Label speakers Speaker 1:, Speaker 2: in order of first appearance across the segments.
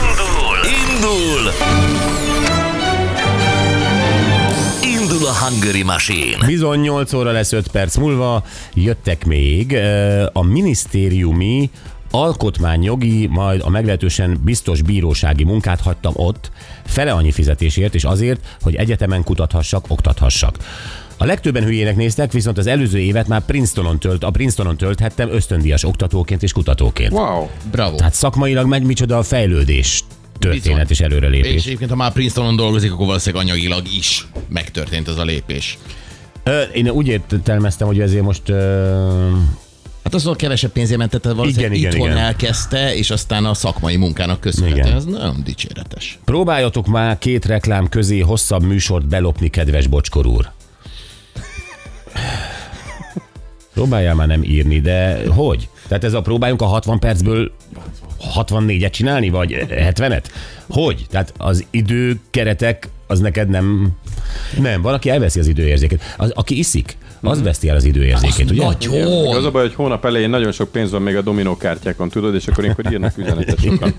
Speaker 1: Indul! Indul! Indul a Hungary Machine!
Speaker 2: Bizony 8 óra lesz 5 perc múlva, jöttek még ö, a minisztériumi alkotmányjogi, majd a meglehetősen biztos bírósági munkát hagytam ott, fele annyi fizetésért és azért, hogy egyetemen kutathassak, oktathassak. A legtöbben hülyének néztek, viszont az előző évet már Princetonon tölt, a Princetonon tölthettem ösztöndíjas oktatóként és kutatóként.
Speaker 3: Wow.
Speaker 4: Bravo.
Speaker 2: Tehát szakmailag meg micsoda a fejlődés, történet és előrelépés.
Speaker 4: És egyébként, ha már Princetonon dolgozik, akkor valószínűleg anyagilag is megtörtént ez a lépés.
Speaker 2: Ö, Én úgy értelmeztem, hogy ezért most... Ö...
Speaker 4: Hát azon kevesebb pénzért mentett, tehát valószínűleg
Speaker 2: Igen,
Speaker 4: igen,
Speaker 2: igen,
Speaker 4: itthon
Speaker 2: igen.
Speaker 4: igen. elkezdte, és aztán a szakmai munkának köszönhetően.
Speaker 2: Igen.
Speaker 4: Ez nagyon dicséretes.
Speaker 2: Próbáljatok már két reklám közé hosszabb műsort belopni, kedves bocskor úr. Próbáljál már nem írni, de hogy? Tehát ez a próbáljunk a 60 percből 64-et csinálni, vagy 70-et? Hogy? Tehát az időkeretek, az neked nem... Nem, van, aki elveszi az időérzékét. Az, aki iszik, az veszti el az időérzékét, ugye?
Speaker 4: Nagyon!
Speaker 3: Az a baj, hogy hónap elején nagyon sok pénz van még a dominó kártyákon, tudod, és akkor ilyenkor írnak üzenetet sokan.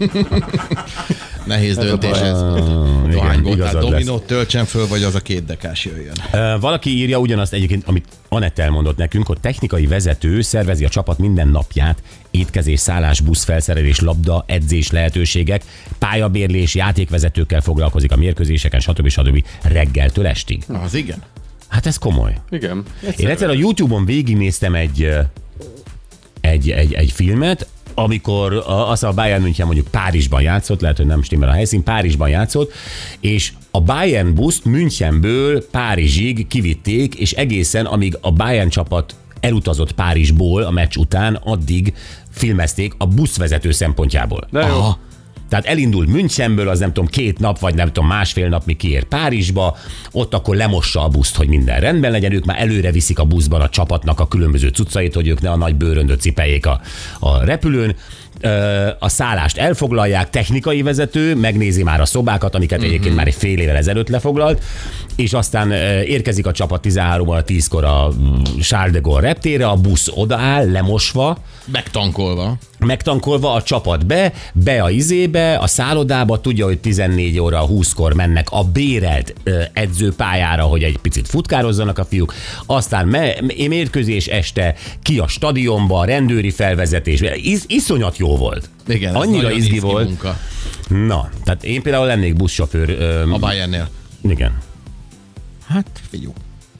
Speaker 4: Nehéz döntés ez.
Speaker 2: Ah, igen,
Speaker 4: Dohányból, tehát
Speaker 2: igazad lesz. Hát-
Speaker 4: dominót töltsen föl, vagy az a két dekás jöjjön.
Speaker 2: Ö, Valaki írja ugyanazt egyébként, amit Anett elmondott nekünk, hogy technikai vezető szervezi a csapat minden napját, étkezés, szállás, busz, felszerelés, labda, edzés lehetőségek, pályabérlés, játékvezetőkkel foglalkozik a mérkőzéseken, stb. stb. reggeltől estig.
Speaker 4: Az igen.
Speaker 2: Hát ez komoly.
Speaker 3: Igen.
Speaker 2: Én egyszer a YouTube-on végignéztem egy, ö, egy, egy, egy filmet, amikor a- az a Bayern München mondjuk Párizsban játszott, lehet, hogy nem stimmel a helyszín, Párizsban játszott, és a Bayern buszt Münchenből Párizsig kivitték, és egészen amíg a Bayern csapat elutazott Párizsból a meccs után, addig filmezték a buszvezető szempontjából.
Speaker 3: De jó.
Speaker 2: Tehát elindul Münchenből, az nem tudom, két nap, vagy nem tudom, másfél nap, mi kiér Párizsba, ott akkor lemossa a buszt, hogy minden rendben legyen, ők már előre viszik a buszban a csapatnak a különböző cuccait, hogy ők ne a nagy bőröndöt cipeljék a, a repülőn. Ö, A szállást elfoglalják, technikai vezető, megnézi már a szobákat, amiket egyébként már egy fél évvel ezelőtt lefoglalt, és aztán ö, érkezik a csapat 13-ban, 10-kor a mm, Charles de Gaulle reptére, a busz odaáll, lemosva,
Speaker 4: Megtankolva.
Speaker 2: megtankolva a csapat be, be a izébe, a szállodába, tudja, hogy 14 óra 20-kor mennek a bérelt ö, edzőpályára, hogy egy picit futkározzanak a fiúk, aztán me- mérkőzés este ki a stadionba, a rendőri felvezetés, Is- iszonyat jó volt.
Speaker 4: Igen, ez
Speaker 2: Annyira
Speaker 4: nagyon
Speaker 2: izgi volt.
Speaker 4: Munka
Speaker 2: Na, tehát én például lennék buszsofőr. Ö,
Speaker 4: a Bayernnél.
Speaker 2: igen.
Speaker 4: Hát, figyú.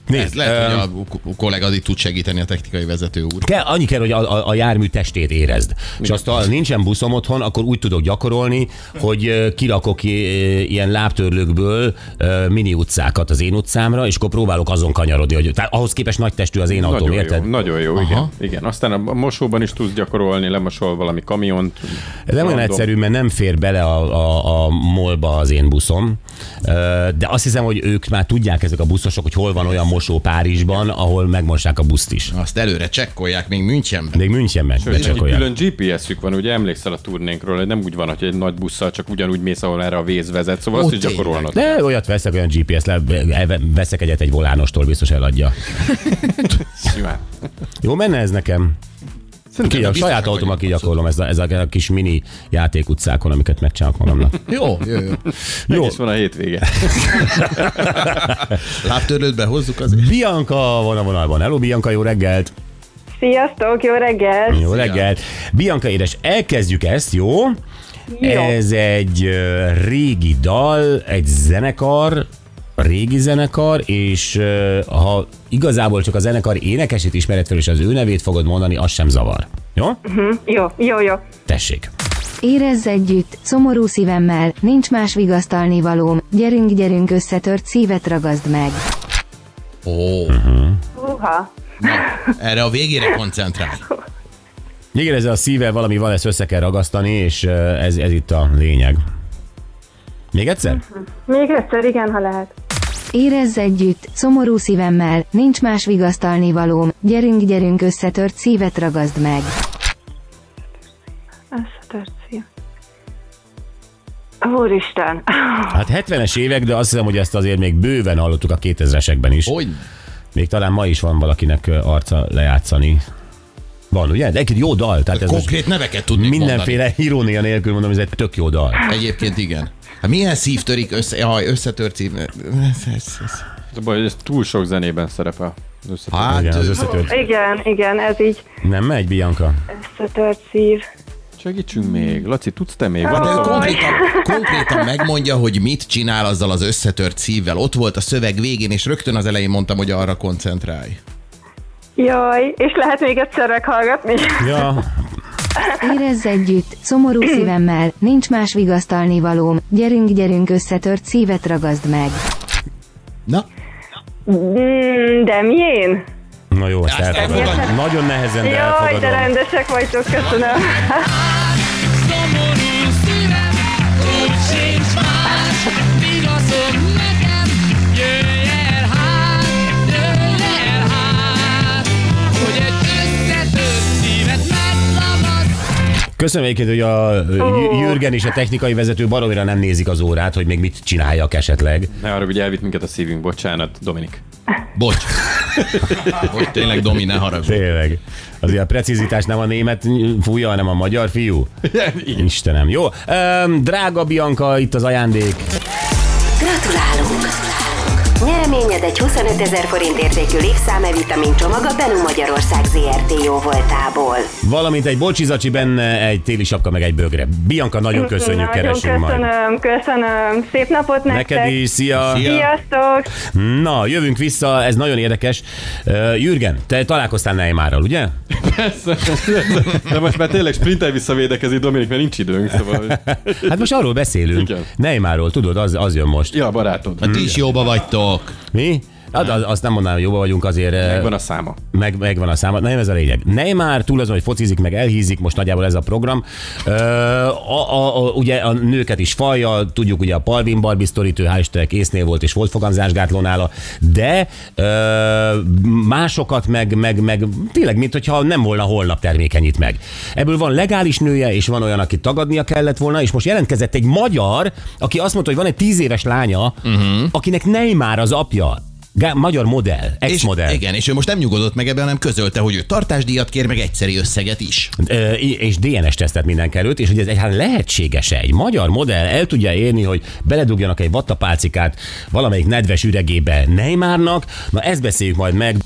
Speaker 2: Nézd,
Speaker 4: Ez lehet,
Speaker 2: ö,
Speaker 4: hogy a ko- kollégád itt tud segíteni a technikai vezető úr.
Speaker 2: Kell, annyi kell, hogy a, a, a jármű testét érezd. És azt, ha nincsen buszom otthon, akkor úgy tudok gyakorolni, hogy ö, kirakok i- ö, ilyen lábtörlőkből ö, mini utcákat az én utcámra, és akkor próbálok azon kanyarodni. Hogy, tehát ahhoz képest nagy testű az én autóm,
Speaker 3: Nagyon jó,
Speaker 2: érted?
Speaker 3: nagyon jó, igen. igen. Aztán a mosóban is tudsz gyakorolni, lemosol valami kamiont.
Speaker 2: Ez nem olyan
Speaker 3: Random.
Speaker 2: egyszerű, mert nem fér bele a, a, a molba az én buszom, Ö, de azt hiszem, hogy ők már tudják ezek a buszosok, hogy hol van olyan mosó Párizsban, ahol megmossák a buszt is.
Speaker 4: Azt előre csekkolják még Münchenben.
Speaker 2: Még Münchenben
Speaker 3: Sőt, neki
Speaker 2: becsekolják.
Speaker 3: külön GPS-ük van, ugye emlékszel a turnénkről, hogy nem úgy van, hogy egy nagy busszal csak ugyanúgy mész, ahol erre a véz vezet, szóval
Speaker 4: Ó,
Speaker 3: azt is
Speaker 4: tényleg.
Speaker 3: gyakorolnod.
Speaker 2: De olyat veszek, olyan GPS, le, elve- veszek egyet egy volánostól, biztos eladja.
Speaker 3: Simán.
Speaker 2: Jó menne ez nekem? Ki, a
Speaker 4: biztosak
Speaker 2: saját autómmal
Speaker 4: vagyunk,
Speaker 2: kigyakorlom ez a, ez a, a kis mini játék utcákon, amiket megcsinálok magamnak.
Speaker 4: Jó, jó, jó.
Speaker 2: Jó,
Speaker 3: És van a hétvége.
Speaker 4: Lábtörlőt behozzuk azért.
Speaker 2: Bianka van a vonalban. Hello, Bianka, jó reggelt!
Speaker 5: Sziasztok, jó reggelt!
Speaker 2: Jó reggelt! Bianka édes, elkezdjük ezt, jó?
Speaker 5: Jó.
Speaker 2: Ez egy ö, régi dal, egy zenekar, régi zenekar, és ö, ha igazából csak a zenekar énekesét ismered fel, és az ő nevét fogod mondani, az sem zavar. Jó?
Speaker 5: Jó, jó, jó.
Speaker 2: Tessék!
Speaker 6: Érezz együtt, szomorú szívemmel, nincs más vigasztalni valóm, gyerünk, gyerünk, összetört szívet ragazd meg.
Speaker 4: Ó,
Speaker 5: Uha.
Speaker 4: erre a végére koncentrálj.
Speaker 2: Igen, ezzel a szívvel valami van, ezt össze kell ragasztani, és ö, ez, ez itt a lényeg. Még egyszer?
Speaker 5: Még egyszer, igen, ha lehet.
Speaker 6: Érezz együtt, szomorú szívemmel, nincs más vigasztalni valóm, gyerünk, gyerünk, összetört szívet ragazd meg.
Speaker 5: Összetört szív. Úristen.
Speaker 2: Hát 70-es évek, de azt hiszem, hogy ezt azért még bőven hallottuk a 2000-esekben is.
Speaker 4: Hogy?
Speaker 2: Még talán ma is van valakinek ö, arca lejátszani. Van, ugye? De egy jó dal. Tehát ez most
Speaker 4: Hát Konkrét neveket tudnék
Speaker 2: mindenféle irónia nélkül mondom, ez egy tök jó dal.
Speaker 4: mondani. Egyébként igen. Hát milyen szív törik össze? Jaj, összetört szív. Ez- ez- ez-
Speaker 3: Ez a baj, hogy ez túl sok zenében szerepel. Összetett.
Speaker 4: Hát,
Speaker 2: Igen, az
Speaker 4: ö,
Speaker 2: összetört.
Speaker 5: Igen, igen, ez így
Speaker 2: Nem megy, Bianca?
Speaker 5: összetört szív.
Speaker 3: Segítsünk még. Laci, tudsz te még?
Speaker 5: Hát
Speaker 3: Van
Speaker 4: de ő
Speaker 3: az a...
Speaker 5: akkor-
Speaker 4: konkrétan, konkrétan megmondja, hogy mit csinál azzal az összetört szívvel. Ott volt a szöveg végén, és rögtön az elején mondtam, hogy arra koncentrálj.
Speaker 5: Jaj, és lehet még egyszer meghallgatni?
Speaker 2: Ja,
Speaker 6: Érezz együtt, szomorú szívemmel, nincs más vigasztalni valóm, gyerünk, gyerünk, összetört szívet ragazd meg.
Speaker 4: Na,
Speaker 5: Mm, De milyen?
Speaker 2: na jó, ezt elfogadom.
Speaker 5: elfogadom.
Speaker 2: Nagyon nehezen, de
Speaker 5: Jaj, de
Speaker 2: elfogadom.
Speaker 5: rendesek vagytok, köszönöm.
Speaker 2: Köszönöm egyébként, hogy a J- Jürgen és a technikai vezető baromira nem nézik az órát, hogy még mit csináljak esetleg.
Speaker 3: Ne arra, hogy elvitt minket a szívünk, bocsánat, Dominik.
Speaker 4: bocs. Hogy tényleg Domi, ne haragudj.
Speaker 2: Tényleg. Azért a precizitás nem a német fúja, hanem a magyar fiú. Istenem, jó. Öm, drága Bianca, itt az ajándék.
Speaker 7: Gratulálunk! Nyereményed egy 25 ezer forint értékű lépszámevitamin csomag a Benu Magyarország ZRT jó voltából.
Speaker 2: Valamint egy bocsizacsi benne, egy téli sapka, meg egy bögre. Bianca, nagyon köszönjük,
Speaker 5: Nagyon
Speaker 2: keresünk majd.
Speaker 5: köszönöm, köszönöm. Szép napot nektek.
Speaker 2: Neked is, szia!
Speaker 4: Szia.
Speaker 5: Sziasztok!
Speaker 2: Na, jövünk vissza, ez nagyon érdekes. Ö, Jürgen, te találkoztál Neymarral, ugye?
Speaker 3: De most már tényleg sprintelj vissza védekezni, Dominik, mert nincs időnk, szóval...
Speaker 2: Hát most arról beszélünk.
Speaker 3: Igen.
Speaker 2: Neymarról, tudod, az, az jön most.
Speaker 3: Ja, barátod.
Speaker 4: Hát ti is jóba vagytok.
Speaker 2: Mi? Hát az, azt nem mondanám, hogy jobban vagyunk, azért eh, ö,
Speaker 3: Megvan a száma.
Speaker 2: meg, megvan a száma. Nem ez a lényeg. Neymar túl azon, hogy focizik, meg elhízik, most nagyjából ez a program. Ö, a, a, a, ugye a nőket is falja, tudjuk ugye a Palvin Barbie sztorit, ő hashtag észnél volt, és volt fogamzásgátló nála, de ö, másokat meg, meg, meg tényleg, mint hogyha nem volna holnap termékenyít meg. Ebből van legális nője, és van olyan, aki tagadnia kellett volna, és most jelentkezett egy magyar, aki azt mondta, hogy van egy tíz éves lánya, uh-huh. akinek Neymar az apja. Gá- magyar modell,
Speaker 4: És,
Speaker 2: ex-modell.
Speaker 4: igen, és ő most nem nyugodott meg ebben, hanem közölte, hogy ő tartásdíjat kér, meg egyszeri összeget is.
Speaker 2: Ö, és DNS tesztet mindenek előtt, és hogy ez egyáltalán lehetséges egy magyar modell el tudja érni, hogy beledugjanak egy vattapálcikát valamelyik nedves üregébe Neymarnak, na ezt beszéljük majd meg